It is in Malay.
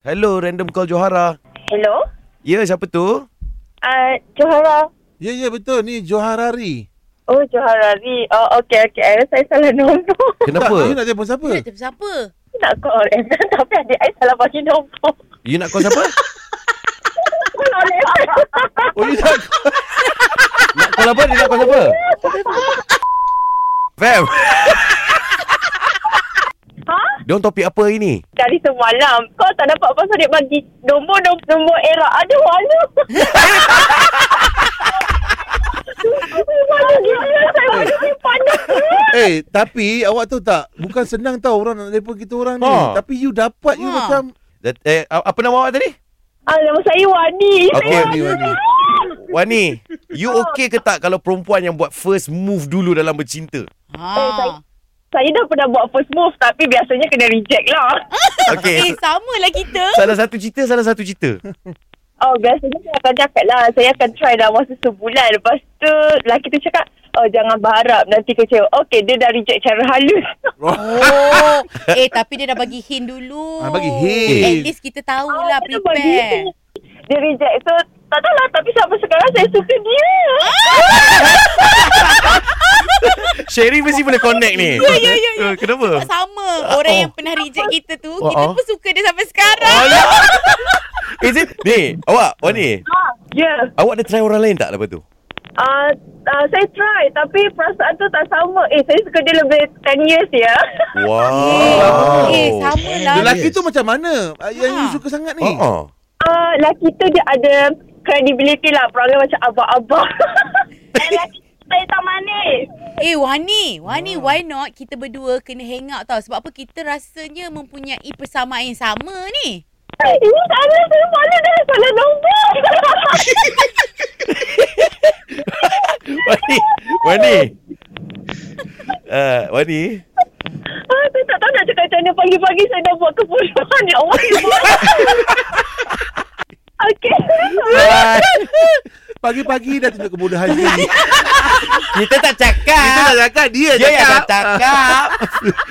Hello, random call Johara. Hello? Ya, siapa tu? Uh, Johara. Ya, ya betul. Ni Joharari. Oh, Johara Ri. Oh, okay, okay. I rasa I salah nombor. Kenapa? Tak, you nak telefon siapa? Nak telefon siapa? nak call Evan tapi adik I salah bagi nombor. You nak call siapa? oh, you nak call... nak call apa? Dia nak call siapa? Fam. Ha? Diorang topik apa hari ni? Dari semalam. Kau tak dapat pasal dia bagi nombor nombor, nombor era. Ada mana? Mana gila saya bagi panas. Eh, tapi awak tahu tak? Bukan senang tau orang nak telefon kita orang ni. Ha. Tapi you dapat you Ha. macam... Dat- Eh, a- apa nama awak tadi? Ah, nama saya Wani. Okay, Saya Wani, Wani. Wani, you Oh. okay ke tak kalau perempuan yang buat first move dulu dalam bercinta? Ha. Eh, saya- Saya dah pernah buat first move tapi biasanya kena reject lah. Eh, Okay, s- sama lah kita. salah satu cerita, salah satu cerita. Oh, biasanya saya akan cakap lah. Saya akan try dalam masa sebulan. Lepas tu, lelaki tu cakap, oh, jangan berharap nanti kecewa. Okay, dia dah reject cara halus. Oh, eh tapi dia dah bagi hint dulu. Ah, bagi hint. At least kita tahulah Ah, dia lah, prepare. bagi- Dia reject tu, tak tahulah. Tapi sampai sekarang saya suka dia. Sharing mesti boleh connect ni. Ya, ya, ya, ya. Eh, Kenapa? Sama orang Oh. yang pernah reject kita tu, Oh, kita oh. pun suka dia sampai sekarang. Eh, Alah. Is it? Ni, awak, Wani. Ha, ya. Awak ada try orang lain tak lepas tu? Ah, ah, saya try tapi perasaan tu tak sama. Eh, saya suka dia lebih 10 years ya. Wow. Eh, sama lah. Lelaki Yes. tu macam mana? Ah, Yang you Ha. suka sangat ni? Uh-uh. Ah, lelaki tu dia ada credibility lah. Perangai macam abang-abang. lelaki saya tak manis. Eh Wani, Wani why not kita berdua kena hang out tau sebab apa kita rasanya mempunyai persamaan yang sama ni. Ini cara saya mana dah salah nombor. Wani. Wani. Uh, Wani. ah, saya tak tahu nak cakap macam mana pagi-pagi saya dah buat kebodohan. Ya Allah. ya Allah. Okey. Bye. Pagi-pagi dah tunjuk kebodohan you. Kita tak cakap. cakap, dia Dia yang tak cakap.